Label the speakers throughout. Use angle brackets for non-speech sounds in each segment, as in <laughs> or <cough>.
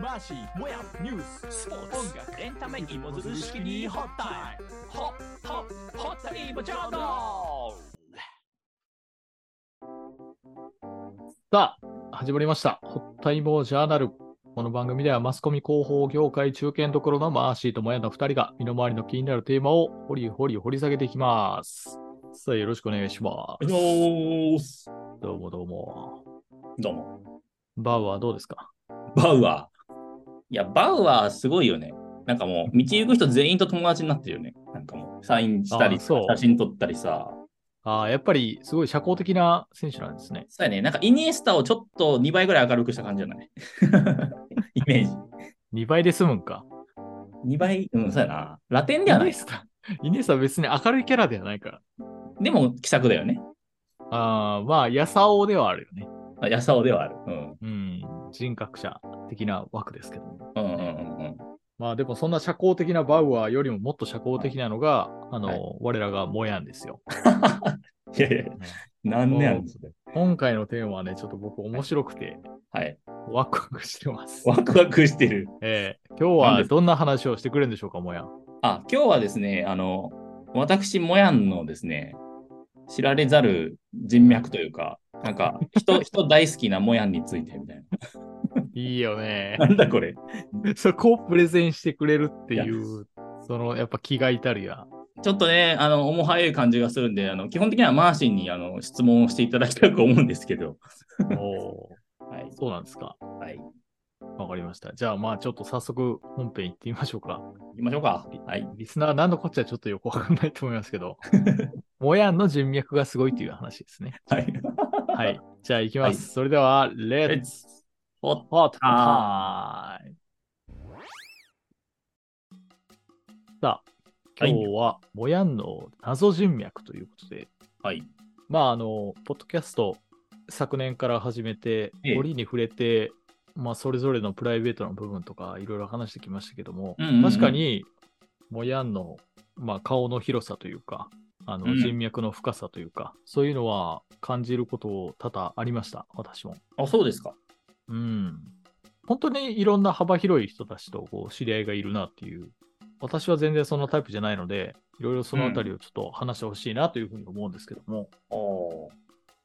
Speaker 1: 話もやニューススポーツ音楽エンタメ芋づる式にホッタイムホッホッホッタイムチャンネル
Speaker 2: さあ、始まりました。ホッタイモジャーナル。この番組ではマスコミ広報業界中堅どころのマーシーとモヤの2人が身の回りの気になるテーマを掘り掘り掘り下げていきます。さあ、よろしくお願いします。
Speaker 3: おす。
Speaker 2: どうもどうも。
Speaker 3: どうも。
Speaker 2: バウはどうですか
Speaker 3: バウアー。いや、バウアーすごいよね。なんかもう、道行く人全員と友達になってるよね。なんかもう、サインした
Speaker 2: あ
Speaker 3: り、
Speaker 2: そう
Speaker 3: 写真撮ったりさ。
Speaker 2: ああ、やっぱりすごい社交的な選手なんですね。
Speaker 3: そうやね。なんか、イニエスタをちょっと2倍ぐらい明るくした感じじゃない <laughs> イメージ。
Speaker 2: 2倍で済むんか。
Speaker 3: 2倍、うん、そうやな。ラテン
Speaker 2: イ
Speaker 3: ではな
Speaker 2: ネ
Speaker 3: い。
Speaker 2: スタ、イネスタは別に明るいキャラではないから。
Speaker 3: でも、気さくだよね。
Speaker 2: ああ、まあ、やさおではあるよね。
Speaker 3: あやさおではある。うん。
Speaker 2: うん、人格者的な枠ですけども。
Speaker 3: うんうんうんうん。
Speaker 2: まあでもそんな社交的なバウアーよりももっと社交的なのが、あの、
Speaker 3: はい
Speaker 2: 我らがモヤンですよ。
Speaker 3: いやいや、なんでやねんそれ。
Speaker 2: 今回のテーマはね、ちょっと僕面白くて
Speaker 3: はい。
Speaker 2: ワクワクしてます。
Speaker 3: ワクワクしてる。
Speaker 2: えー今日
Speaker 3: なん
Speaker 2: は
Speaker 3: です
Speaker 2: どんな話をしてくれるんでしょうか、モヤン。
Speaker 3: あ、今日はですね、あの、私、もやんのですね、知られざる人脈というか、なんか、 <laughs> 人、人大好きなもやんについてみたい
Speaker 2: いいよ
Speaker 3: <laughs>
Speaker 2: ね
Speaker 3: な。。なんだこれ。
Speaker 2: そこをプレゼンしてくれるっていう、そのやっぱ気が至るや。
Speaker 3: ちょっとね、あの、重はい感じがするんで、あの、基本的にはマーシンに、あの、質問をしていただきたいと思うんですけど。
Speaker 2: おー
Speaker 3: はい。
Speaker 2: そうなんですか。
Speaker 3: はい。行
Speaker 2: わかりました。じゃあまあちょっと早速本編行ってみましょうか。
Speaker 3: きましょうか。はい。
Speaker 2: リスナー何のこっちゃちょっとよくわかんないと思いますけ
Speaker 3: <laughs>
Speaker 2: ど、モヤンの人脈がすごいっていう話ですね。
Speaker 3: はい。
Speaker 2: はい。じゃあ行きます。
Speaker 3: は
Speaker 2: それでは、レッツ
Speaker 3: Let's hot
Speaker 2: ホットタイムさあ、今
Speaker 3: はい
Speaker 2: 日は、モヤンの謎人脈ということで、
Speaker 3: はい。
Speaker 2: まあ、あの、ポッドキャスト、昨年から始めて、
Speaker 3: ええ
Speaker 2: 折に触れて、まあ、それぞれのプライベートの部分とか、いろいろ話してきましたけども、
Speaker 3: うんうんうん
Speaker 2: 確かに、モヤンの、まあ、顔の広さというか、あ
Speaker 3: う
Speaker 2: の
Speaker 3: ん
Speaker 2: 人脈の深さというか、そういうのは感じること多々ありました、私も。
Speaker 3: あ、そうですか。
Speaker 2: うん。本当にいろんな幅広い人たちとこう知り合いがいるなっていう、私は全然そのタイプじゃないので、いろいろそのあたりをちょっと話してほしいなというふうに思うんですけども。
Speaker 3: ああ、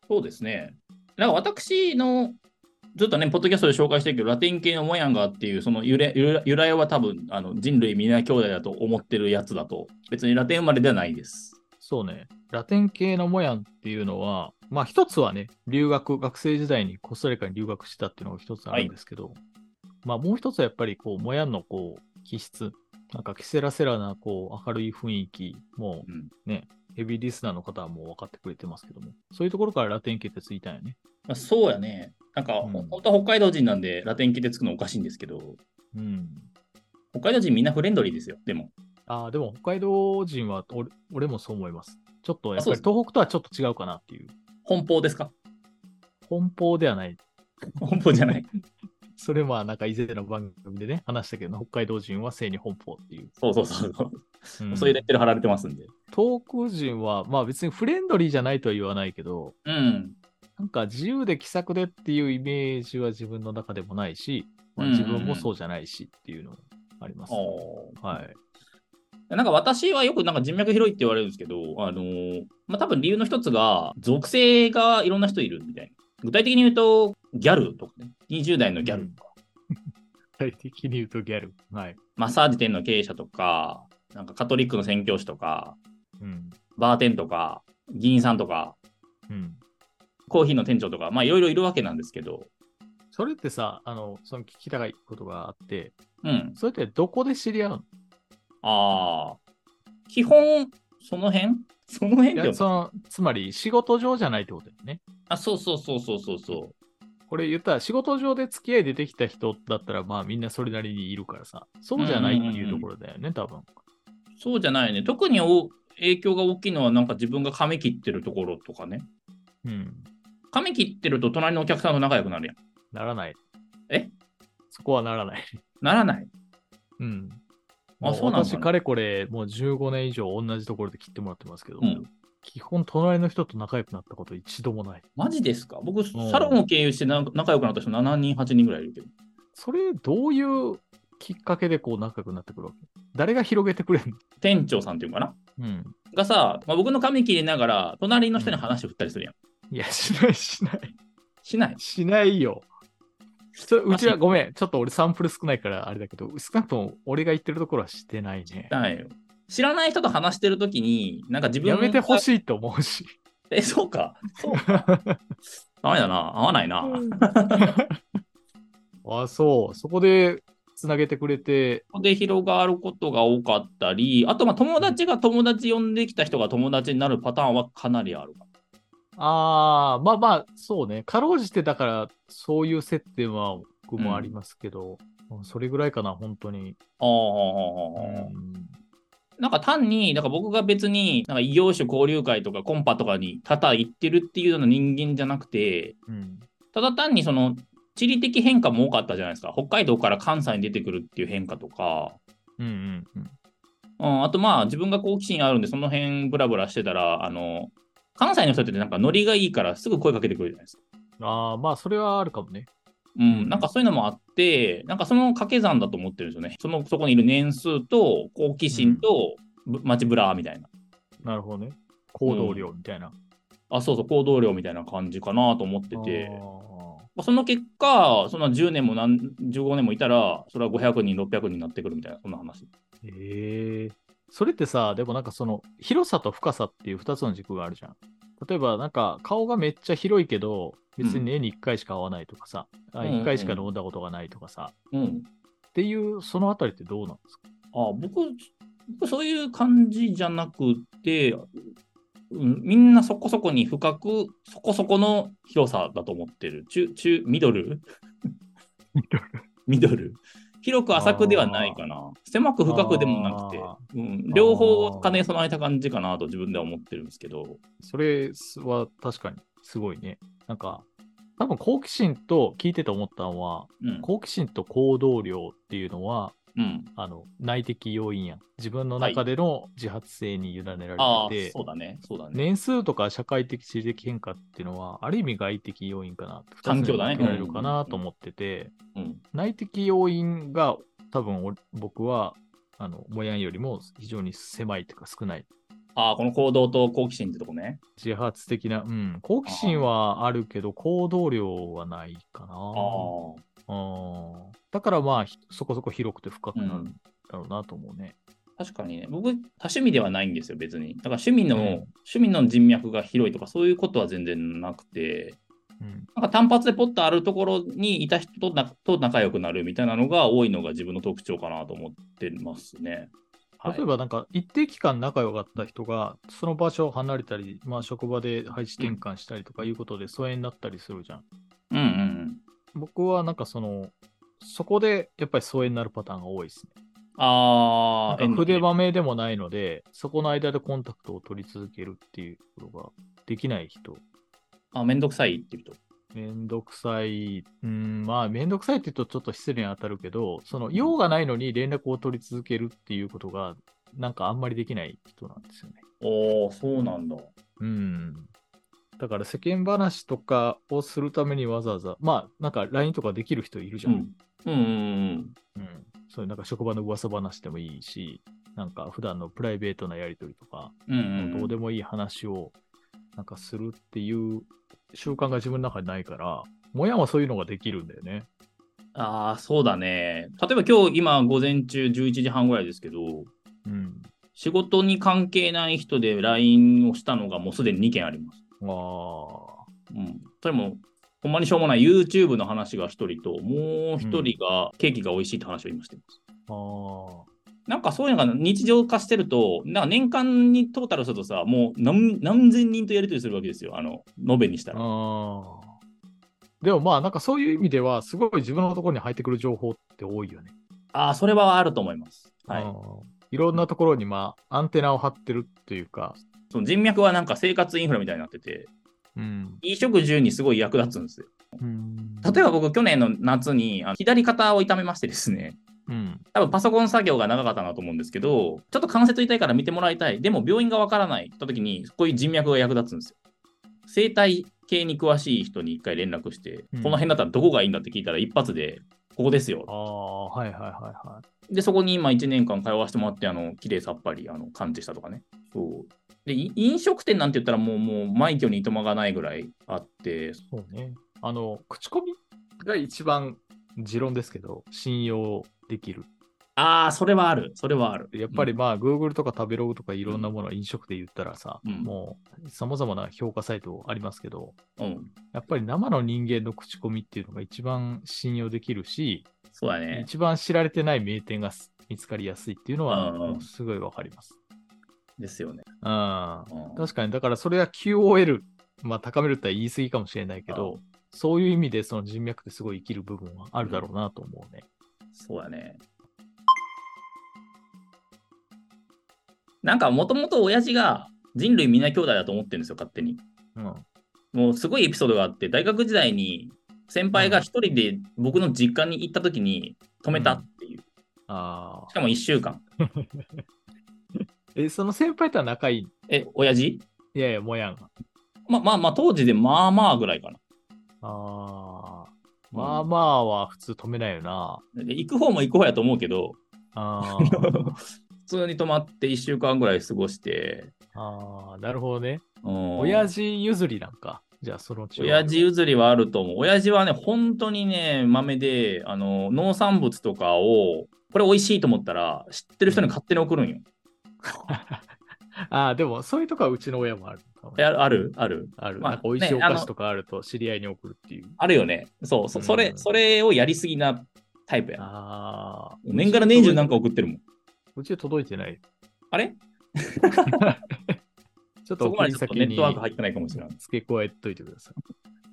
Speaker 3: そうですね。なんか私の、ずっとね、ポッドキャストで紹介してるけど、ラテン系のモヤンガっていう、その由来由来由来は多分あの人類皆兄弟だと思ってるやつだと、別にラテン生まれではないです。
Speaker 2: そうね、ラテン系のモヤンっていうのは、まあ一つはね、留学、学生時代にコスタリカに留学したっていうのが一つあるんですけど、まあもう一つはやっぱりこう、モヤンのこう、気質、なんかキセラセラなこう、明るい雰囲気、も
Speaker 3: うん
Speaker 2: うね、ヘビーリスナーの方はもう分かってくれてますけども、そういうところからラテン系ってついたんよね。
Speaker 3: まあ、そうやね。なんか、
Speaker 2: うん
Speaker 3: 本当は北海道人なんで、ラテン系でつくのおかしいんですけど、
Speaker 2: うん。
Speaker 3: 北海道人みんなフレンドリーですよ、でも。
Speaker 2: ああ、でも北海道人は俺、俺もそう思います。ちょっとやっ
Speaker 3: あそう
Speaker 2: ぱ
Speaker 3: で
Speaker 2: り
Speaker 3: す
Speaker 2: 東北とはちょっと違うかなっていう。
Speaker 3: 奔放ですか <laughs>
Speaker 2: 奔放ではない
Speaker 3: 奔放じゃない。
Speaker 2: それはなんか以前の番組でね、話したけど、北海道人は性に奔放っていう。
Speaker 3: そうそうそうそう。
Speaker 2: うん
Speaker 3: そういうレッテル貼られてますんで。
Speaker 2: 東北人は、まあ別にフレンドリーじゃないとは言わないけど、
Speaker 3: うん。
Speaker 2: なんか自由で気さくでっていうイメージは自分の中でもないし、まあ
Speaker 3: うんうんう
Speaker 2: 自
Speaker 3: ん
Speaker 2: 分もそうじゃないしっていうのもあります。
Speaker 3: お
Speaker 2: はい。
Speaker 3: なんか私はよくなんか人脈広いって言われるんですけど、あのーまあ、多分理由の一つが、属性がいろんな人いるみたいな。具体的に言うと、ギャルとかね、20代のギャルとか、
Speaker 2: 具体的に言うとギャル。はい。
Speaker 3: マッサージ店の経営者とか、なんかカトリックの宣教師とか、
Speaker 2: うん。
Speaker 3: バーテンとか、議員さんとか、
Speaker 2: うん。
Speaker 3: コーヒーの店長とか、まあいろいろいるわけなんですけど、
Speaker 2: それってさ、あの、その聞きたいことがあって、
Speaker 3: うん。
Speaker 2: それってどこで知り合うの
Speaker 3: ああ、基本、その辺その辺
Speaker 2: い
Speaker 3: で
Speaker 2: や
Speaker 3: も
Speaker 2: そのつまり仕事上じゃないってことだよね。
Speaker 3: あ、そうそうそうそうそうそう。
Speaker 2: これ言ったら仕事上で付き合い出てきた人だったらまあみんなそれなりにいるからさそうじゃないっていうところだよね多分
Speaker 3: そうじゃないね。特にお影響が大きいのは、なんか自分が髪切ってるところとかね。
Speaker 2: うん
Speaker 3: 髪切ってると隣のお客さんと仲良くなるやん。
Speaker 2: ならない
Speaker 3: え
Speaker 2: そこはならない
Speaker 3: ならない。
Speaker 2: うん
Speaker 3: あ
Speaker 2: も
Speaker 3: そうなんだ
Speaker 2: 私かれこれもう15年以上同じところで切ってもらってますけど、
Speaker 3: うん
Speaker 2: 基本隣の人と仲良くなったこと一度もない
Speaker 3: マジですか僕、サロンを経由してな仲良くなった人7人、8人ぐらいいるけど。
Speaker 2: それ、どういうきっかけでこう仲良くなってくるわけ誰が広げてくれるの
Speaker 3: 店長さんっていうのかな
Speaker 2: うん。
Speaker 3: がさ、まあ、僕の髪切りながら、隣の人に話を振ったりするやん。
Speaker 2: いや、しない、しない。
Speaker 3: しない。
Speaker 2: しないよ。それうち
Speaker 3: あ
Speaker 2: は
Speaker 3: し
Speaker 2: ごめん、ちょっと俺サンプル少ないからあれだけど、少なくとも俺が言ってるところはしてないね。
Speaker 3: ないよ知らない人と話してるときに、なんか自分
Speaker 2: やめてほ
Speaker 3: い。
Speaker 2: しいと思うし。
Speaker 3: え、そうか。そ
Speaker 2: <laughs>
Speaker 3: うか。ダメだな。合わないな。
Speaker 2: あ、そう。そこでつなげてくれて、
Speaker 3: で広がることが多かったり、あとまあ友達が友達呼んできた人が友達になるパターンはかなりある。
Speaker 2: ああ、まあまあ、そうね。かろうじてだから、そういう接点は僕もありますけど、うんそれぐらいかな、本当に。
Speaker 3: ああ、
Speaker 2: うん
Speaker 3: なんか単に、なんか僕が別に、なんか異業種交流会とかコンパとかに多々行ってるっていうような人間じゃなくて、
Speaker 2: うん
Speaker 3: ただ単にその地理的変化も多かったじゃないですか。北海道から関西に出てくるっていう変化とか、
Speaker 2: うんうんうん
Speaker 3: うん、あとまあ自分が好奇心あるんで、その辺ブラブラしてたら、あの、関西の人ってなんかノリがいいからすぐ声かけてくるじゃないですか。
Speaker 2: ああ、まあ、それはあるかもね。
Speaker 3: うん、なんかそういうのもあって、なんかその掛け算だと思ってるんですよね。そのそこにいる年数と好奇心とぶ街ブラみたいな。
Speaker 2: なるほどね。行動量みたいな。
Speaker 3: あ、そうそう、行動量みたいな感じかなと思ってて
Speaker 2: あ、
Speaker 3: まあその結果、そんな10年も何15年もいたら、それは500人、600人になってくるみたいな、そんな話。
Speaker 2: ーへえそれってさ、でもなんかその広さと深さっていう2つの軸があるじゃん。例えばなんか顔がめっちゃ広いけど、別に年に1回しか会わないとかさ、あ
Speaker 3: うんうん
Speaker 2: 1回しか飲んだことがないとかさ、
Speaker 3: うん。
Speaker 2: っていうそのあたりってどうなんですか
Speaker 3: あ、僕、僕そういう感じじゃなくて、うん、みんなそこそこに深く、そこそこの広さだと思ってる。中、中、ミドルミドル。広く浅くではないかな。狭く深くでもなくて
Speaker 2: あ、
Speaker 3: うん、両方兼ね備えた感じかなと自分では思ってるんですけど。
Speaker 2: それは確かにすごいね。なんか、多分好奇心と聞いてて思ったのは、
Speaker 3: うん。
Speaker 2: 好奇心と行動量っていうのは、
Speaker 3: うん、
Speaker 2: あの内的要因やん自分の中での自発性に委ねられてて、
Speaker 3: ああ、そうだね。そうだね。
Speaker 2: 年数とか社会的地理的変化っていうのはある意味外的要因かなって
Speaker 3: 環境だね
Speaker 2: 二つに分けられるかなと思ってて、
Speaker 3: うん。
Speaker 2: 内的要因が多分お僕はあのモヤンよりも非常に狭いというか少ない
Speaker 3: ああ、この行動と好奇心ってとこね。
Speaker 2: 自発的な、うん、好奇心はあるけど行動量はないか
Speaker 3: あ
Speaker 2: な
Speaker 3: あ。
Speaker 2: うんだからまあひそこそこ広くて深くなる
Speaker 3: うん
Speaker 2: んだろうなと思うね、
Speaker 3: 確かにね、僕、多趣味ではないんですよ、別に。だから趣味の、
Speaker 2: うん
Speaker 3: 趣味の人脈が広いとか、そういうことは全然なくて、
Speaker 2: うん、
Speaker 3: なんか単発でポッとあるところにいた人となと仲良くなるみたいなのが多いのが自分の特徴かなと思ってますね。はい
Speaker 2: 例えばなんか一定期間仲良かった人がその場所を離れたり、まあ、職場で配置転換したりとかいうことで疎遠になったりするじゃん。
Speaker 3: うんうんうん。
Speaker 2: 僕はなんかそのそこでやっぱり疎遠になるパターンが多いですね。な
Speaker 3: あ
Speaker 2: ん
Speaker 3: あ、
Speaker 2: か筆
Speaker 3: 縁の
Speaker 2: まめでもないのでそこの間でコンタクトを取り続けるっていうことができない人。
Speaker 3: あ、めんどくさいっていう人。
Speaker 2: めんどくさい、うん、まあめんどくさいって言うとちょっと失礼に当たるけど、その用がないのに連絡を取り続けるっていうことがなんかあんまりできない人なんですよね。
Speaker 3: おお、そうなんだ。
Speaker 2: うん。だから世間話とかをするためにわざわざ、まあなんか LINE とかできる人いるじ
Speaker 3: う
Speaker 2: ゃん。
Speaker 3: ん。うんうんうん。
Speaker 2: うんそういうなんか職場の噂話でもいいし、なんか普段のプライベートなやりとりとか、
Speaker 3: うんうん
Speaker 2: どうでもいい話をなんかするっていう習慣が自分の中にないから、もやもそういうのができるんだよね。
Speaker 3: ああ、そうだね。例えば今日、今、午前中11時半ぐらいですけど、
Speaker 2: うん。
Speaker 3: 仕事に関係ない人で LINE をしたのがもうすでに2件あります。
Speaker 2: あ
Speaker 3: うん。それも、ほんまにしょうもない YouTube の話が1人と、もう1人がケーキが美味しいって話を今してます。
Speaker 2: あ、あ
Speaker 3: なんかそういうのが日常化してると、なんか年間にトータルするとさ、もう何何千人とやり取りするわけですよ。あの、延べにした
Speaker 2: あ、
Speaker 3: ら。
Speaker 2: ああ。でもまあなんかそういう意味では、すごい自分のところに入ってくる情報って多いよね。
Speaker 3: ああ、それはあると思います。はい。
Speaker 2: い、いろんなところに、まあ、アンテナを張ってるっていうか、
Speaker 3: その人脈はなんか生活インフラみたいになってて、
Speaker 2: うん、
Speaker 3: 衣食住にすごい役立つんですよ。例え
Speaker 2: ば、
Speaker 3: ば僕、去年の夏にあの左肩を痛めましてですね、
Speaker 2: うん、
Speaker 3: 多分パソコン作業が長かったなと思うんですけど、ちょっと関節痛いから見てもらいたい。でも病院がわからないって言った時に、こういう人脈が役立つんですよ。生態系に詳しい人に一回連絡して、
Speaker 2: うん
Speaker 3: この辺だったらどこがいいんだって聞いたら一発で、ここですよ
Speaker 2: あ。あ、はいはいはいはい。
Speaker 3: で、そこに今1年間通わせてもらって、あの、綺麗さっぱり、あの、完治したとかね。そう。で、い飲食店なんて言ったらもう、もう、枚挙にいとまがないぐらいあって、
Speaker 2: そうね。あの、口コミが一番持論ですけど、信用できる。
Speaker 3: ああ、それはある。それはある。
Speaker 2: やっぱりまあ、Google とか食べログとかいろんなもの、飲食で言ったらさ、
Speaker 3: うん
Speaker 2: もう、さまざまな評価サイトありますけど、
Speaker 3: うん、うん。
Speaker 2: やっぱり生の人間の口コミっていうのが一番信用できるし、
Speaker 3: そうだね。
Speaker 2: 一番知られてない名店がす見つかりやすいっていうのは、
Speaker 3: うんうん
Speaker 2: もうすごいわかります。
Speaker 3: ですよね。
Speaker 2: うん。
Speaker 3: うん
Speaker 2: 確かに、だからそれは QOL、まあ、高めるって言い過ぎかもしれないけど、そういう意味でその人脈ってすごい生きる部分はあるだろうなと思うね。
Speaker 3: そうだね。なんかもともと親父が人類みんな兄弟だと思ってるんですよ、勝手に。
Speaker 2: うん。
Speaker 3: もうすごいエピソードがあって、大学時代に先輩が一人で僕の実家に行った時に止めたっていう。
Speaker 2: あ
Speaker 3: し
Speaker 2: あ。
Speaker 3: かも1週間。
Speaker 2: え、その先輩とは仲いい
Speaker 3: え、親父
Speaker 2: いやいや、もやんが。
Speaker 3: ままあまあ当時でまあまあぐらいかな。
Speaker 2: ああ。まあまあは普通止めないよな。
Speaker 3: で行く方も行く方やと思う
Speaker 2: <laughs>
Speaker 3: けど、
Speaker 2: あ
Speaker 3: <laughs> 普通に泊まって1週間ぐらい過ごして、
Speaker 2: あ。ああ、なるほどね。
Speaker 3: うん
Speaker 2: 親父譲りなんか。じゃあ、そのうちは
Speaker 3: 親父譲りはあると思う。親父はね、本当にね、豆で、あの、農産物とかを、これ美味しいと思ったら、知ってる人に勝手に送るんよ。
Speaker 2: ああ、でも、そういうとこはうちの親もあるかも
Speaker 3: え
Speaker 2: ね。
Speaker 3: あるあるある
Speaker 2: ある。
Speaker 3: まあ
Speaker 2: なんか美味しい
Speaker 3: ね
Speaker 2: お
Speaker 3: あ
Speaker 2: 菓
Speaker 3: の
Speaker 2: 子とかあると知り合いに送るっていう。
Speaker 3: あるよね。そう、そそれ、
Speaker 2: うん
Speaker 3: それをやりすぎなタイプや。
Speaker 2: ああ。
Speaker 3: 年がら年中なんか送ってるもん。
Speaker 2: うちは届いてない。
Speaker 3: あれ
Speaker 2: ちょっと
Speaker 3: そこ
Speaker 2: 送
Speaker 3: まで
Speaker 2: り
Speaker 3: ちょっと
Speaker 2: 先
Speaker 3: ネ
Speaker 2: に
Speaker 3: ットワーク入ってないかもしれない。
Speaker 2: 付け加えといてくださ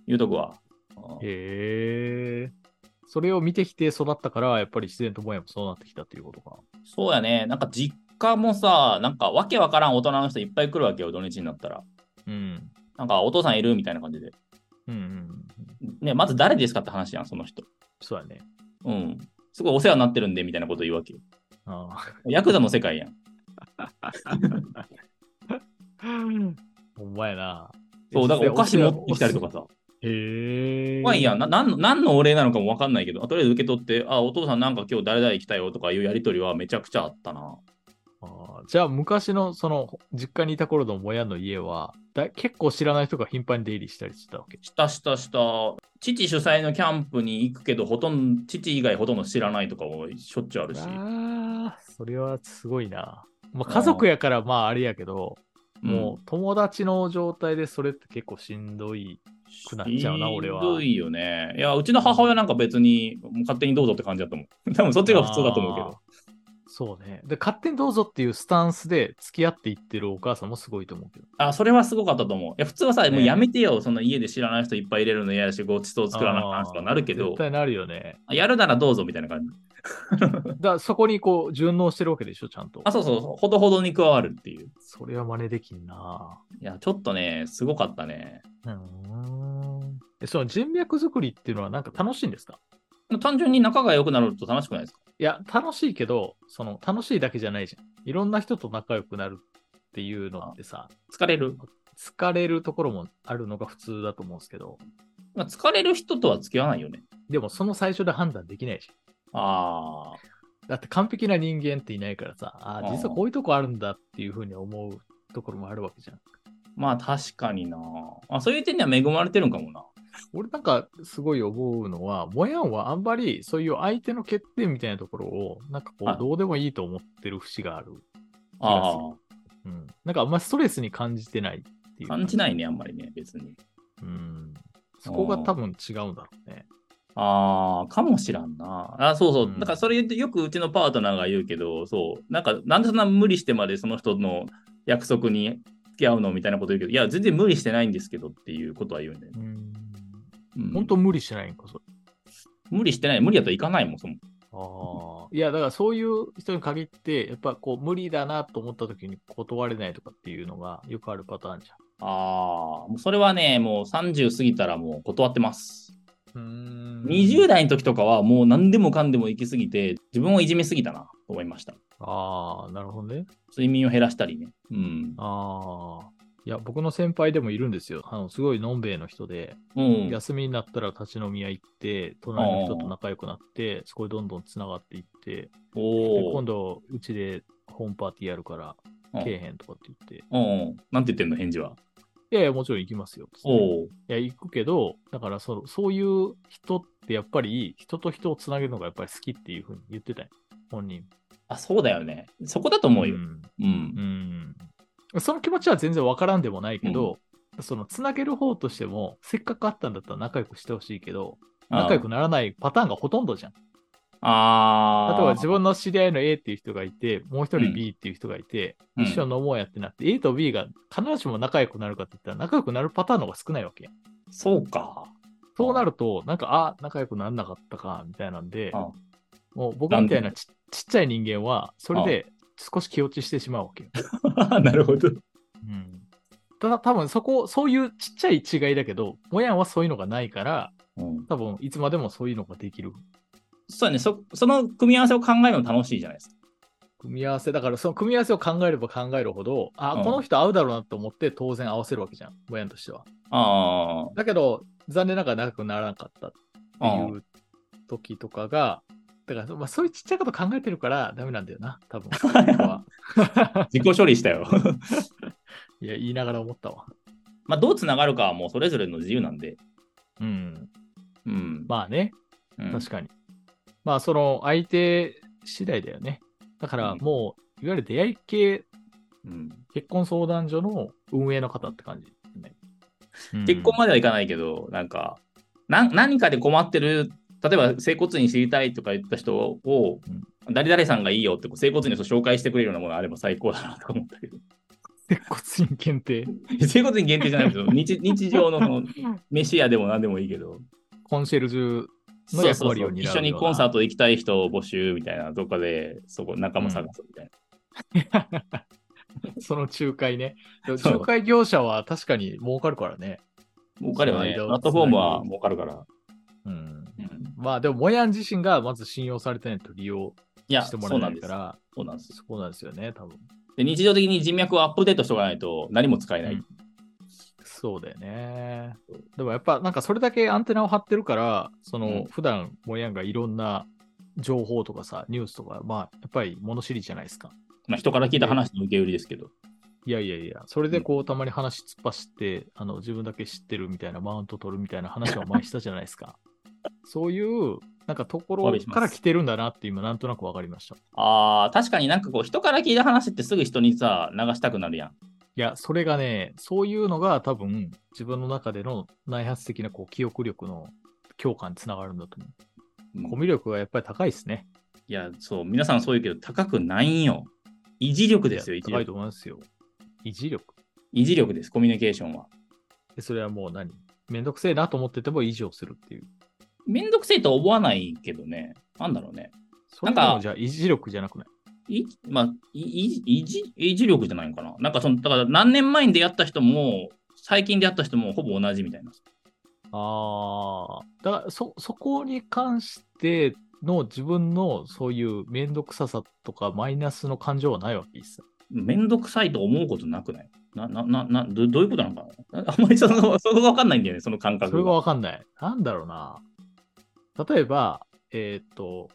Speaker 3: 言うとこは。
Speaker 2: い。へえ。それを見てきて育ったから、やっぱり自然ともやもそうなってきたっていうことか。
Speaker 3: そうやね。なんか実家もさ、なんかわけわからん大人の人いっぱい来るわけよ、土日になったら。
Speaker 2: うん。
Speaker 3: なんかお父さんいるみたいな感じで。
Speaker 2: うんうんうん。
Speaker 3: ね、まず誰ですかって話やん、その人。
Speaker 2: そうやね。
Speaker 3: うん。すごいお世話になってるんで、みたいなこと言うわけよ。
Speaker 2: あ
Speaker 3: ヤクザの世界やん。
Speaker 2: あ。 <laughs> ほんまやな。
Speaker 3: そう、だからお菓子持ってきたりと
Speaker 2: か。
Speaker 3: かさ。
Speaker 2: へえ。
Speaker 3: 怖いやん。ななんの何のお礼なのかも分かんないけど、あとりあえず受け取って、あ、お父さんなんか今日誰々来たよとかいうやりとりはめちゃくちゃあったな。
Speaker 2: ああじゃあ、昔のその実家にいた頃のもやの家はだ、結構知らない人が頻繁に出入りしたりしてたわけ。
Speaker 3: したしたした。父主催のキャンプに行くけど、ほとんど、父以外ほとんど知らないとかもしょっちゅうあるし。
Speaker 2: ああ、それはすごいな。まあ、家族やからまああれやけど、もう友達の状態でそれって結構しんどい。
Speaker 3: う
Speaker 2: くなっちゃうな俺は
Speaker 3: ひどいよね。いや、うちの母親なんか別に、もう勝手にどうぞって感じだと思う。 <laughs> 多分そっちが普通だと思うけ
Speaker 2: あー
Speaker 3: ど。。
Speaker 2: そうね。で、勝手にどうぞっていうスタンスで付き合っていってるお母さんもすごいと思うけど。
Speaker 3: あ、それはすごかったと思う。いや、普通はさ、もう
Speaker 2: ね
Speaker 3: やめてよ、その家で知らない人いっぱい入れるの嫌やし、ごちそう作らなあかんとかなるけ
Speaker 2: あー
Speaker 3: ど
Speaker 2: 絶、対なるよね。
Speaker 3: やるならどうぞみたいな感じ。
Speaker 2: だからそこにこう順応してるわけでしょ、ちゃんと
Speaker 3: あ、。そうそうそう、ほどほどに加わるっていう。
Speaker 2: それは真似できんない
Speaker 3: や、ちょっとね、すごかったね。
Speaker 2: うーん。えその人脈作りっていうのはなんか楽しいんですか
Speaker 3: 単純に仲が良くなると楽しくないですか
Speaker 2: いや、楽しいけど、その楽しいだけじゃないじゃん。いろんな人と仲良くなるっていうのってさ、
Speaker 3: 疲れる。
Speaker 2: 疲れるところもあるのが普通だと思うんですけど、
Speaker 3: まあ疲れる人とは付き合わないよね。
Speaker 2: でもその最初で判断できないじゃん。
Speaker 3: ああ、
Speaker 2: だって完璧な人間っていないからさ、あ
Speaker 3: あ
Speaker 2: あ、
Speaker 3: ー
Speaker 2: 実はこういうとこあるんだっていうふうに思うところもあるわけじゃん。
Speaker 3: まあ確かにな。あ、そういう点には恵まれてるんかもな。
Speaker 2: 俺なんかすごい思うのは、もやんはあんまりそういう相手の欠点みたいなところを、なんかこ、
Speaker 3: はいう
Speaker 2: どうでもいいと思ってる節がある。
Speaker 3: あ
Speaker 2: 気うん。なんかあんまストレスに感じてないってい
Speaker 3: あ、
Speaker 2: う。
Speaker 3: 感じないね、あんまりね、別に。
Speaker 2: うん。そこが多分違うんだろうね。
Speaker 3: ああ、かもしらんな。あそうそう。
Speaker 2: うん
Speaker 3: だからそれ言ってよくうちのパートナーが言うけど、そう。なんか、なんでそんな無理してまでその人の約束に付き合うのみたいなこと言うけど、いや、全然無理してないんですけどっていうことは言うんだよね。
Speaker 2: うん。
Speaker 3: うん
Speaker 2: 本当無理しないんか、それ。
Speaker 3: 無理してない。無理だといかないもん、そも
Speaker 2: ああ、いや、だからそういう人に限って、やっぱこう、無理だなと思った時に断れないとかっていうのがよくあるパターンじ
Speaker 3: ああ、もうそれはね、もう30過ぎたらもう断ってます。
Speaker 2: ゃん。うん
Speaker 3: 20代の時とかはもう何でもかんでも行き過ぎて、自分をいじめすぎたなと思いました。
Speaker 2: ああ、なるほどね。
Speaker 3: 睡眠を減らしたりね。うん。
Speaker 2: ああ。いや、僕の先輩でもいるんですよ。あの、すごいのんべえの人で、
Speaker 3: うん。
Speaker 2: 休みになったら立ち飲み屋行って、隣の人と仲良くなって、そこでどんどんつながっていって、で
Speaker 3: おお
Speaker 2: 今。度、うちでホームパーティーやるから、
Speaker 3: うん
Speaker 2: けえへんとかって言って、い
Speaker 3: うん。なんて言ってんの、返事は。
Speaker 2: やいや、もちろん行きますよ。
Speaker 3: お
Speaker 2: い
Speaker 3: お。
Speaker 2: や、行くけど、だからその、そういう人ってやっぱり、人と人をつなげるのがやっぱり好きっていうふうに言ってたよ。本人。
Speaker 3: あ、そうだよね。そこだと思うよ
Speaker 2: う。ん
Speaker 3: うん。
Speaker 2: うんその気持ちは全然わからんでもないけど、そのつなげる方としても、せっかくあったんだったら仲良くしてほしいけど、仲良くならないパターンがほとんどじゃん。例
Speaker 3: ああ。
Speaker 2: えば自分の知り合いの A っていう人がいて、もう一
Speaker 3: うん
Speaker 2: 人 B っていう人がいて、
Speaker 3: うん
Speaker 2: 一緒に飲もうやってなって、A と B が必ずしも仲良くなるかって言ったら、仲良くなるパターンの方が少ないわけ。
Speaker 3: そうか。 <laughs>
Speaker 2: そうなると、なんか、あ、仲良くならなかったか、みたいなんで
Speaker 3: あ、
Speaker 2: もう僕みたいなちちっちゃい人間は、それで少し気落ちしてしまうわけよ。
Speaker 3: なるほど。
Speaker 2: うんただ多分そこ、そういうちっちゃい違いだけど、もやんはそういうのがないから、
Speaker 3: うん、
Speaker 2: 多分いつまでもそういうのができる。
Speaker 3: そうだねそ、その組み合わせを考えるの楽しいじゃないですか。
Speaker 2: 組み合わせ、だからその組み合わせを考えれば考えるほど、あ、
Speaker 3: うん
Speaker 2: この人合うだろうなと思って当然合わせるわけじゃん、もやんとしては。
Speaker 3: あ
Speaker 2: だけど、残念ながら長くならなかったっ
Speaker 3: あ。あ
Speaker 2: ていう時とかが、だから、まあ、そういうちっちゃいこと考えてるからダメなんだよな、多分。僕 <laughs> は
Speaker 3: あ自己処理したよ。 <laughs>
Speaker 2: いや、言いながら思ったわ。
Speaker 3: まあ、どうつながるかはもうそれぞれの自由なんで。
Speaker 2: うん。
Speaker 3: うん。
Speaker 2: まあね、
Speaker 3: うん
Speaker 2: 確かに。まあ、その相手次第だよね。だから
Speaker 3: うん
Speaker 2: もう、いわゆる出会い系、
Speaker 3: うん
Speaker 2: 結婚相談所の運営の方って感じ、ね。
Speaker 3: 結婚まではいかないけど、なんか、なん何かで困ってる、例えば整骨院知りたいとか言った人を、誰々さんがいいよってこう整骨院の人紹介してくれるようなものあれば最高だなとか思ったけど、
Speaker 2: 接骨院検定、
Speaker 3: <laughs> 整骨院限定じゃないけど、 <laughs> 日日常のその飯屋でも何でもいいけど、
Speaker 2: コンシェルジュ、の
Speaker 3: そうそ
Speaker 2: 役
Speaker 3: う
Speaker 2: 割
Speaker 3: そ
Speaker 2: を
Speaker 3: う
Speaker 2: 担う
Speaker 3: 一緒にコンサート行きたい人を募集みたいなとかで、そこ仲間探すみたいな。
Speaker 2: その仲介ね。
Speaker 3: そう
Speaker 2: 仲介業者は確かに儲かるからね。
Speaker 3: 儲かればね、プ
Speaker 2: そ
Speaker 3: ラ
Speaker 2: う
Speaker 3: ットフォームは儲かるから。
Speaker 2: うん。
Speaker 3: うん
Speaker 2: まあでも、もやん自身がまず信用されてないと利用
Speaker 3: いや、
Speaker 2: して
Speaker 3: そ
Speaker 2: もら
Speaker 3: う
Speaker 2: え
Speaker 3: な
Speaker 2: なんい
Speaker 3: です
Speaker 2: か。ら、
Speaker 3: そうなんです。
Speaker 2: そうなんですよね、多分。
Speaker 3: で日常的に人脈をアップデートしておかないと何も使えない。
Speaker 2: うんそうだよね。でもやっぱなんかそれだけアンテナを張ってるから、その、
Speaker 3: うん
Speaker 2: 普段もやんがいろんな情報とかさ、ニュースとか、まあやっぱり物知りじゃないですか。
Speaker 3: まあ、人から聞いた話の受け売りですけど。
Speaker 2: いやいやいや、それでこうたまに話突っ走って、あの自分だけ知ってるみたいな、マウント取るみたいな話は前にしたじゃないですか。そういうなんかとこ
Speaker 3: お詫
Speaker 2: ろ
Speaker 3: びします
Speaker 2: から来てるんだなって今なんとなくわかりました。い
Speaker 3: ああ、確かになんかこう人から聞いた話ってすぐ人にさ、流したくなるやん。
Speaker 2: や、それがね、そういうのが多分自分の中での内発的なこう記憶力の強化につながるんだと思う。
Speaker 3: うん
Speaker 2: コミュ力がやっぱり高いですね。
Speaker 3: いや、そう、皆さんそう言うけど高くないんよ。維持力ですよ、
Speaker 2: い
Speaker 3: 維
Speaker 2: や
Speaker 3: 持
Speaker 2: 高いと
Speaker 3: 力。
Speaker 2: 思いますよ。維持力。
Speaker 3: 維持力です、コミュニケーションは。
Speaker 2: でそれはもう何めんどくせえなと思ってても維持をするっていう。
Speaker 3: めんどくせえとは思わないけどね。なんだろうね。
Speaker 2: それでもじゃあ維持力じゃなくない
Speaker 3: いまあ、い維持維持力じゃないのかな。なんかその、だから何年前に出会った人も、最近出会った人もほぼ同じみたいな。
Speaker 2: ああ。だからそ、そこに関しての自分のそういうめんどくささとかマイナスの感情はないわけです。
Speaker 3: めんどくさいと思うことなくないな、な、な、などどういうことなのかなああんまりその、そこがわかんないんだよね、その感
Speaker 2: そ
Speaker 3: 覚
Speaker 2: れがわかんない。なんだろうな。例えば、えーっと、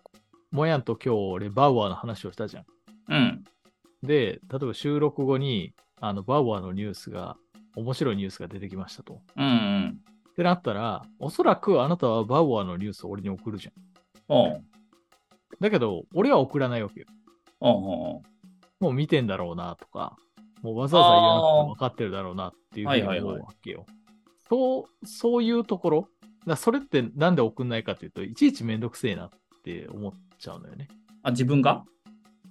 Speaker 2: もやんと今日俺バウアーの話をしたじゃん。
Speaker 3: うん。
Speaker 2: で、例えば収録後に、あの、バウアーのニュースが、面白いニュースが出てきましたと。
Speaker 3: うんうん。
Speaker 2: ってなったら、おそらくあなたはバウアーのニュースを俺に送るじゃん。
Speaker 3: おう
Speaker 2: だけど、俺は送らないわけよ。
Speaker 3: おうおうおう
Speaker 2: もう見てんだろうなとか、もうわざわざ言わなくても分かってるだろうなっていうふうに
Speaker 3: あーはいはい
Speaker 2: 思
Speaker 3: はいう
Speaker 2: わけよ。そう、そういうところ。だそれってなんで送んないかっていうと、いちいちめんどくせえなって思っちゃうのよね。
Speaker 3: あ、自分が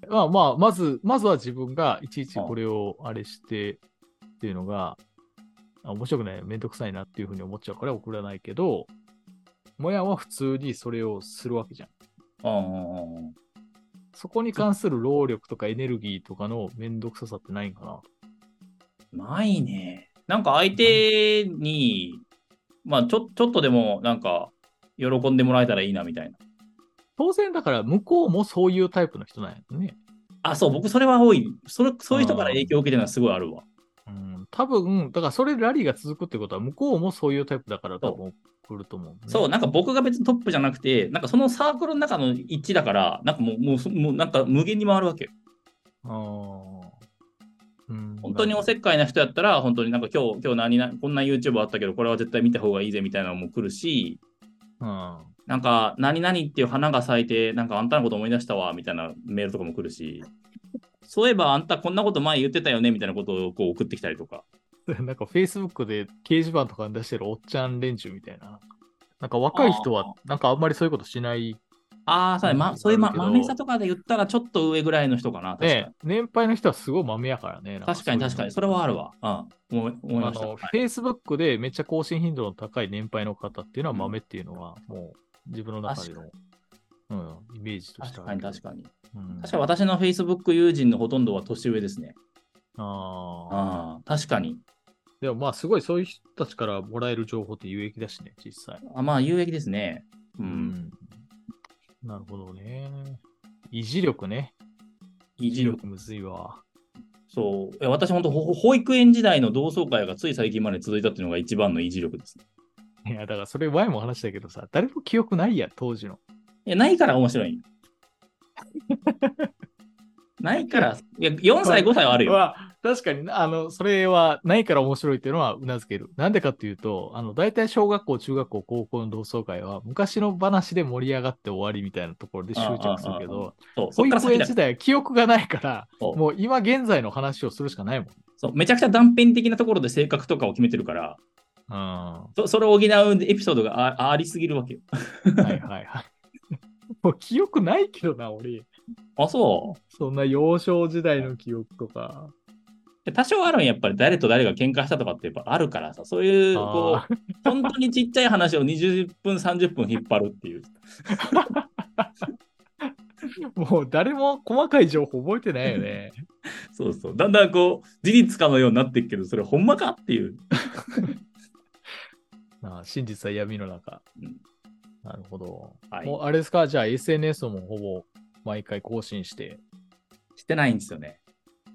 Speaker 2: まあまあ、まず、まずは自分がいちいちこれをあれしてっていうのが、あ面白くない、めんどくさいなっていうふうに思っちゃうから送らないけど、もやは普通にそれをするわけじゃん。
Speaker 3: おうおうおう
Speaker 2: そこに関する労力とかエネルギーとかのめんどくささってないんかな。
Speaker 3: ないね。なんか相手に、まあ、ちょ、ちょっとでも、なんか、喜んでもらえたらいいな、みたいな。
Speaker 2: 当然だから向こうもそういうタイプの人なんやね。
Speaker 3: あ、そう、僕、それは多い。それ、そういう人から影響を受けてるのはすごいあるわ。
Speaker 2: うん、多分、だからそれでラリーが続くってことは、向こうもそういうタイプだから多分来ると思う、ね。
Speaker 3: そう、なんか僕が別にトップじゃなくて、なんかそのサークルの中の一致だから、なんかもう、もうそ、もうなんか無限に回るわけよ。
Speaker 2: あーうん
Speaker 3: 本当におせ
Speaker 2: っ
Speaker 3: っかいな人やったら、本当になんか今日、今日何々、こんな YouTube あったけど、これは絶対見た方がいいぜみたいなのも来るし、
Speaker 2: うん。
Speaker 3: なんか、何々っていう花が咲いて、なんかあんたのこと思い出したわ、みたいなメールとかも来るし、そういえばあんたこんなこと前言ってたよね、みたいなことをこう送ってきたりとか。
Speaker 2: なん <laughs> か Facebook で掲示板とかに出してるおっちゃん連中みたいな。なんか若い人は、なんかあんまりそういうことしない。
Speaker 3: ああ、そう,、ま、そういう、ま、
Speaker 2: なるけど
Speaker 3: 豆さとかで言ったらちょっと上ぐらいの人かな、確かに。
Speaker 2: ね、年配の人はすごい豆やからね。なん
Speaker 3: 確かに確かに、それはあるわ。うん、思い思い
Speaker 2: あ
Speaker 3: ました。
Speaker 2: の、
Speaker 3: はい
Speaker 2: Facebook でめっちゃ更新頻度の高い年配の方っていうのは豆っていうのは、もう自分の中での、うん、イメージとして
Speaker 3: 確かに確かに。
Speaker 2: に。うん、
Speaker 3: 確かに私の Facebook 友人のほとんどは年上ですね。
Speaker 2: あー
Speaker 3: ああ、確かに。
Speaker 2: でもまあすごいそういう人たちからもらえる情報って有益だしね、実際。
Speaker 3: あまあ、有益ですね。う。。
Speaker 2: うんなるほどね。維持力ね。
Speaker 3: 維持力。
Speaker 2: むずいわ。
Speaker 3: そう。え私、本当ほ保育園時代の同窓会がつい最近まで続いたっていうのが一番の維持力です、ね。
Speaker 2: いや、だからそれ前も話したけどさ、誰も記憶ないや、当時の。
Speaker 3: いや、ないから面白いんよ。 <laughs> ないから、いや、4歳、5歳はあるよ。
Speaker 2: は確かになあの、それはないから面白いっていうのはうなずける。なんでかっていうと、あの大体小学校、中学校、高校の同窓会は昔の話で盛り上がって終わりみたいなところで執着するけ
Speaker 3: あああ
Speaker 2: ど、
Speaker 3: そう、そ
Speaker 2: 保
Speaker 3: っか
Speaker 2: 育
Speaker 3: ら先
Speaker 2: 園
Speaker 3: だ
Speaker 2: 時。代は記憶がないから、
Speaker 3: そう
Speaker 2: もう今現在の話をするしかないもん。
Speaker 3: そうめちゃくちゃ断片的なところで性格とかを決めてるから、 <laughs>
Speaker 2: うん。は
Speaker 3: そそれを補うエピソードがあありすぎるわけよ。
Speaker 2: いはいはい。もう記憶ないけどな、俺。
Speaker 3: あ、そう。
Speaker 2: そんな幼少時代の記憶とか。
Speaker 3: で多少あるんや、やっぱり誰と誰が喧嘩したとかってやっぱあるからさ、そういう、こ
Speaker 2: あ
Speaker 3: う、本当にちっちゃい話を20分、30分引っ張るっていう。
Speaker 2: ーもう誰も細かい情報覚えてないよね。 <laughs>
Speaker 3: そうそう。だんだんこう、事実かのようになっていくけど、それほんまかっていう。
Speaker 2: なあ真実は闇の中。
Speaker 3: うん
Speaker 2: なるほど。
Speaker 3: はい
Speaker 2: もうあれですか、じゃあ SNS もほぼ毎回更新して、
Speaker 3: してないんですよね。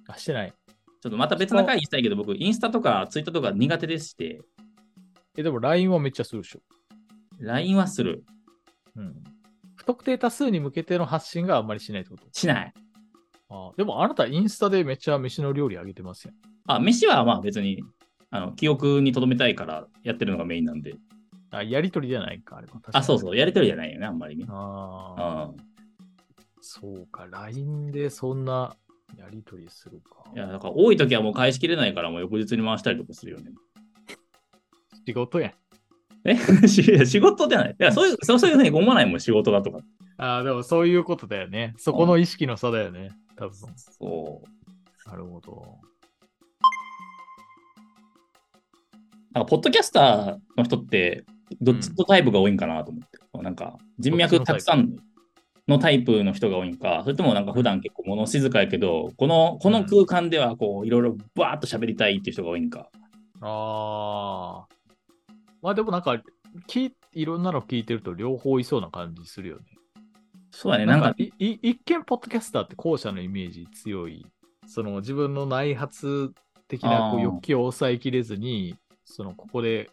Speaker 2: あ、してない。
Speaker 3: ちょっとまた別の回にしたいけど、僕、インスタとかツイッターとか苦手でして、
Speaker 2: え、でも LINE はめっちゃするでしょ。
Speaker 3: LINE はする。
Speaker 2: うん。不特定多数に向けての発信があんまりしないってこと
Speaker 3: しない。
Speaker 2: あーでもあなたインスタでめっちゃ飯の料理あげてますよ。
Speaker 3: あ、飯はまあ別に、あの、記憶に留めたいからやってるのがメインなんで。
Speaker 2: あ、やりとりじゃないか、あれは。
Speaker 3: あ、そう
Speaker 2: う。
Speaker 3: そう。やりとりじゃないよね、あんまりね。う
Speaker 2: ああ、
Speaker 3: ん。
Speaker 2: そうか、LINE でそんなやりとりするか。
Speaker 3: いや、だから多い時はもう返しきれないから、もう翌日に回したりとかするよね。
Speaker 2: 仕事やん。
Speaker 3: え <laughs> し仕事じゃない。いや、そういう、そうそういうふうに思わないもん、仕事だとか。
Speaker 2: ああ、でもそういうことだよね。そこの意識の差だよね。多分。
Speaker 3: そう。
Speaker 2: なるほど。
Speaker 3: なんか、ポッドキャスターの人って、どっちのタイプが多いんかなと思って。なんか、人脈たくさんのタイプの人が多いんか、それともなんか普段結構物静かやけど、この、この空間ではこう、いろいろバーッと喋りたいっていう人が多いんか。
Speaker 2: ああ。まあでもなんか、きいろんなの聞いてると両方いそうな感じするよね。
Speaker 3: そうだね、
Speaker 2: な
Speaker 3: なんん
Speaker 2: か
Speaker 3: か、
Speaker 2: いい一見、ポッドキャスターって後者のイメージ強い。その自分の内発的なこ
Speaker 3: あ
Speaker 2: う
Speaker 3: ー
Speaker 2: 欲求を抑えきれずに、そのここで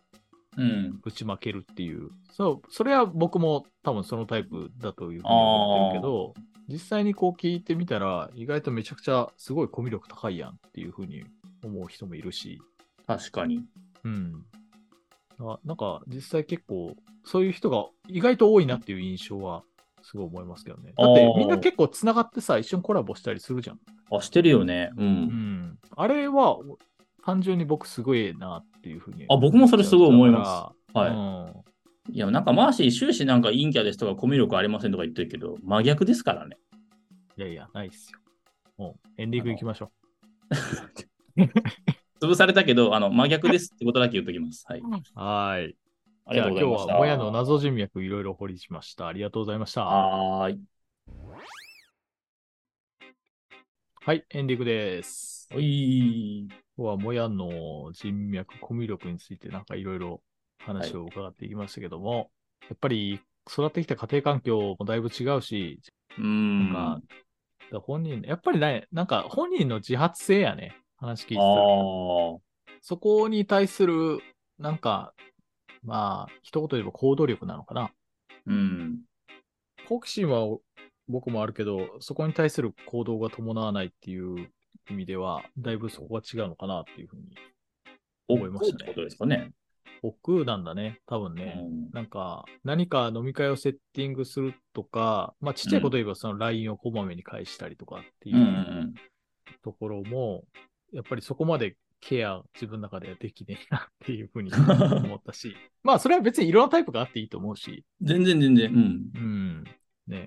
Speaker 3: うん。
Speaker 2: ぶちまけるっていう。そう、それは僕も多分そのタイプだというふうに思ってるけど、実際にこう聞いてみたら、意外とめちゃくちゃすごいコミュ力高いやんっていうふうに思う人もいるし、
Speaker 3: 確かに。
Speaker 2: うん。あなんか実際結構、そういう人が意外と多いなっていう印象はすごい思いますけどね。だって
Speaker 3: あー
Speaker 2: みんな結構つながってさ、一緒にコラボしたりするじゃん。
Speaker 3: あ、してるよね。う。
Speaker 2: うんん。あれはお単純に僕すごいなっていうふうに。。
Speaker 3: あ僕もそれすごい思いますはい。いや、なんかマーシー終始なんか陰キャですとかコミュ力ありませんとか言ってるけど、真逆ですからね。
Speaker 2: うん。いやいや、ないっすよ。もうエンディングいきましょ
Speaker 3: 潰されたけど、あの、真逆ですってことだけ言っときます。はい。
Speaker 2: う。はーい。
Speaker 3: あ
Speaker 2: じ
Speaker 3: りが
Speaker 2: ゃあ
Speaker 3: とう
Speaker 2: 今日
Speaker 3: ございまし
Speaker 2: は
Speaker 3: た。
Speaker 2: もやの謎人脈いろいろ掘りしました。ありがとうございました。は
Speaker 3: はーい。
Speaker 2: い、エンディングです。
Speaker 3: おい。
Speaker 2: 今日はもやの人脈、コミュ力についてなんかいろいろ話を伺っていきましたけども、やっぱり育ってきた家庭環境もだいぶ違うし、
Speaker 3: うー。
Speaker 2: なんん
Speaker 3: あ
Speaker 2: か、やっぱ本人、やっぱりね、なんか本人の自発性やね、話聞いてた
Speaker 3: あ
Speaker 2: ら。
Speaker 3: ー。
Speaker 2: そこに対する、なんか、まあ、一言で言えば行動力なのかな。
Speaker 3: うん。
Speaker 2: 好奇心は僕もあるけど、そこに対する行動が伴わないっていう意味では、だいぶそこが違うのかなっていうふうに思いましたね
Speaker 3: ってことですかね。
Speaker 2: 億劫なんだね、多分
Speaker 3: う
Speaker 2: ね。
Speaker 3: ん
Speaker 2: なんか、何か飲み会をセッティングするとか、まあ、ちっちゃいこと言えば、その LINE をこまめに返したりとかってい
Speaker 3: うんう
Speaker 2: うんところも、やっぱりそこまでケア、自分の中ではできねえなっていうふ
Speaker 3: <laughs>
Speaker 2: うに思ったし、まあ、それは別にいろんなタイプがあっていいと思うし、
Speaker 3: 全然全然。うん。
Speaker 2: うん、
Speaker 3: い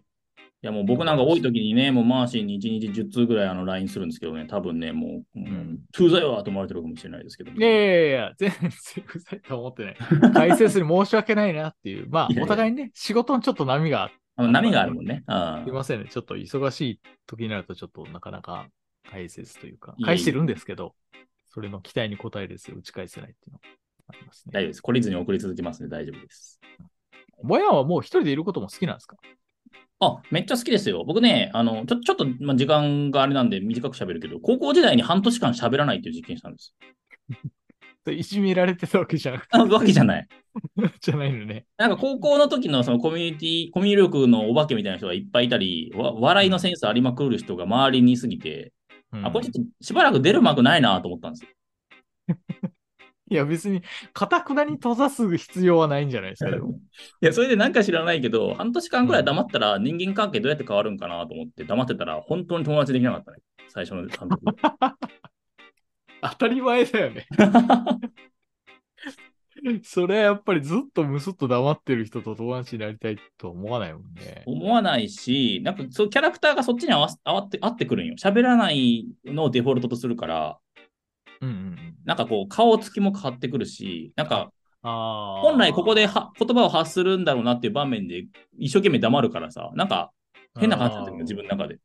Speaker 3: やもう僕なんか多い時にね、もうマーシーに1日10通ぐらいあの LINE するんですけどね、多分ね、もう、うん、通罪はと思われてるかもしれないですけど。
Speaker 2: いやいやいや、全然うざいとは思ってない。大切に申し訳ないなっていう。ま
Speaker 3: い
Speaker 2: あ、
Speaker 3: やいや
Speaker 2: お互いにね、仕事のちょっと波があっ
Speaker 3: あの波があるもんね。あ
Speaker 2: ていませんね。ちょっと忙しい時になると、ちょっとなかなか大切というか
Speaker 3: いえい、え
Speaker 2: 返してるんですけど、それの期待に応えるですよ。打ち返せないっていうのがあります
Speaker 3: 大丈夫
Speaker 2: ね。
Speaker 3: です。懲りずに送り続けますね。大丈夫です。
Speaker 2: もやはもう一人でいることも好きなんですか
Speaker 3: あ、めっちゃ好きですよ。僕ね、あの、ちょちょっと、まあ、時間があれなんで短く喋るけど、高校時代に半年間喋らないっていう実験したんです。
Speaker 2: それいじめられてたわけじゃなく
Speaker 3: あ <laughs> わけじゃない。
Speaker 2: じゃないのね。
Speaker 3: なんか高校の時のそのコミュニティ、コミュ力のお化けみたいな人がいっぱいいたり、わ笑いのセンスありまくる人が周りにいすぎて、
Speaker 2: うん
Speaker 3: あ、これちょっとしばらく出る幕ないなと思ったんですよ。
Speaker 2: いや、別に、かたくなに閉ざす必要はないんじゃないですか。でも
Speaker 3: いや、それでなんか知らないけど、半年間くらい黙ったら人間関係どうやって変わるんかなと思って、黙ってたら本当に友達できなかったね。最初の
Speaker 2: <laughs>
Speaker 3: 半年で
Speaker 2: 当たり前だよ
Speaker 3: <laughs>
Speaker 2: ね。それはやっぱりずっとむすっと黙ってる人と友達になりたいとは思わないもんね。
Speaker 3: 思わないし、なんかそうキャラクターがそっちに合わせ合わって合ってくるんよ。喋らないのをデフォルトとするから、
Speaker 2: うんうんうん。
Speaker 3: なんかこう顔つきも変わってくるし、なんか
Speaker 2: ああ。
Speaker 3: 本来ここでは言葉を発するんだろうなっていう場面で一生懸命黙るからさ、なんか変な感じなんだけど、
Speaker 2: あー
Speaker 3: 自分の中で。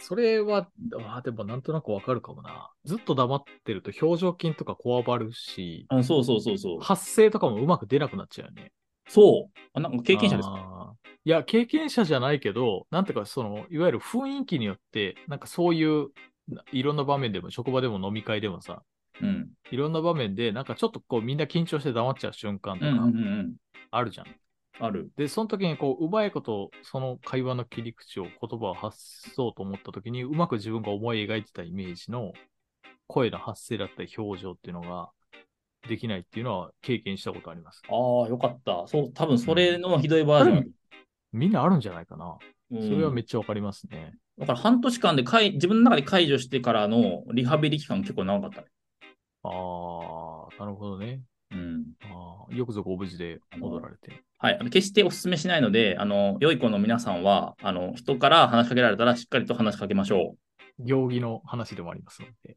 Speaker 2: それは、あーでもなんとなくわかるかもな。ずっと黙ってると表情筋とかこわばるし、
Speaker 3: あそうそうそうそう。
Speaker 2: 発声とかもうまく出なくなっちゃうよね。
Speaker 3: そう。あなんか経験者ですか
Speaker 2: かいや、経験者じゃないけど、なんていうか、その、いわゆる雰囲気によって、なんかそういう、ないろんな場面でも、職場でも飲み会でもさ、
Speaker 3: うん。
Speaker 2: いろんな場面で、なんかちょっとこうみんな緊張して黙っちゃう瞬間と
Speaker 3: うん
Speaker 2: か
Speaker 3: うんうんうん。
Speaker 2: あるじゃん。
Speaker 3: ある。
Speaker 2: で、その時にこう、うまいこと、その会話の切り口を、言葉を発そうと思った時に、うまく自分が思い描いてたイメージの声の発声だったり表情っていうのができないっていうのは経験したことあります。
Speaker 3: ああ、よかった。そう、多分それのひどいバージョン。
Speaker 2: みんなあるんじゃないかな。
Speaker 3: うん
Speaker 2: それはめっちゃわかりますね。
Speaker 3: だから半年間でかい自分の中で解除してからのリハビリ期間結構長かったね。
Speaker 2: あー、なるほどね。
Speaker 3: うん。
Speaker 2: あーよくぞご無事で戻られて。
Speaker 3: はい。あの決してお勧めしないので、あの、良い子の皆さんは、あの、人から話しかけられたらしっかりと話しかけましょ
Speaker 2: 行儀の話でもありますので。
Speaker 3: う。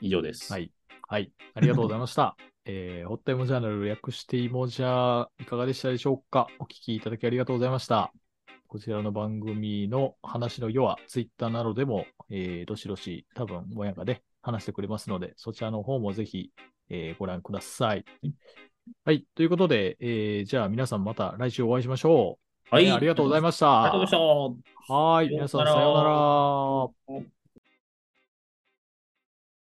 Speaker 3: 以上です。
Speaker 2: はいはい、ありがとうございました。 <laughs> えー、ホッタイモジャーナル略してイモジャーいかがでしたでしょうかお聞きいただきありがとうございました。こちらの番組の話の世は、ツイッターなどでも、えー、どしどし、多分、もやかで話してくれますので、そちらの方もぜひ、えーご覧ください。はい、ということで、えーじゃあ皆さんまた来週お会いしましょう。
Speaker 3: はい。
Speaker 2: えーありがとうござい
Speaker 3: ま
Speaker 2: ま
Speaker 3: し
Speaker 2: したた。
Speaker 3: ありがとうございました。
Speaker 2: はい、皆さんさようなら。
Speaker 3: うん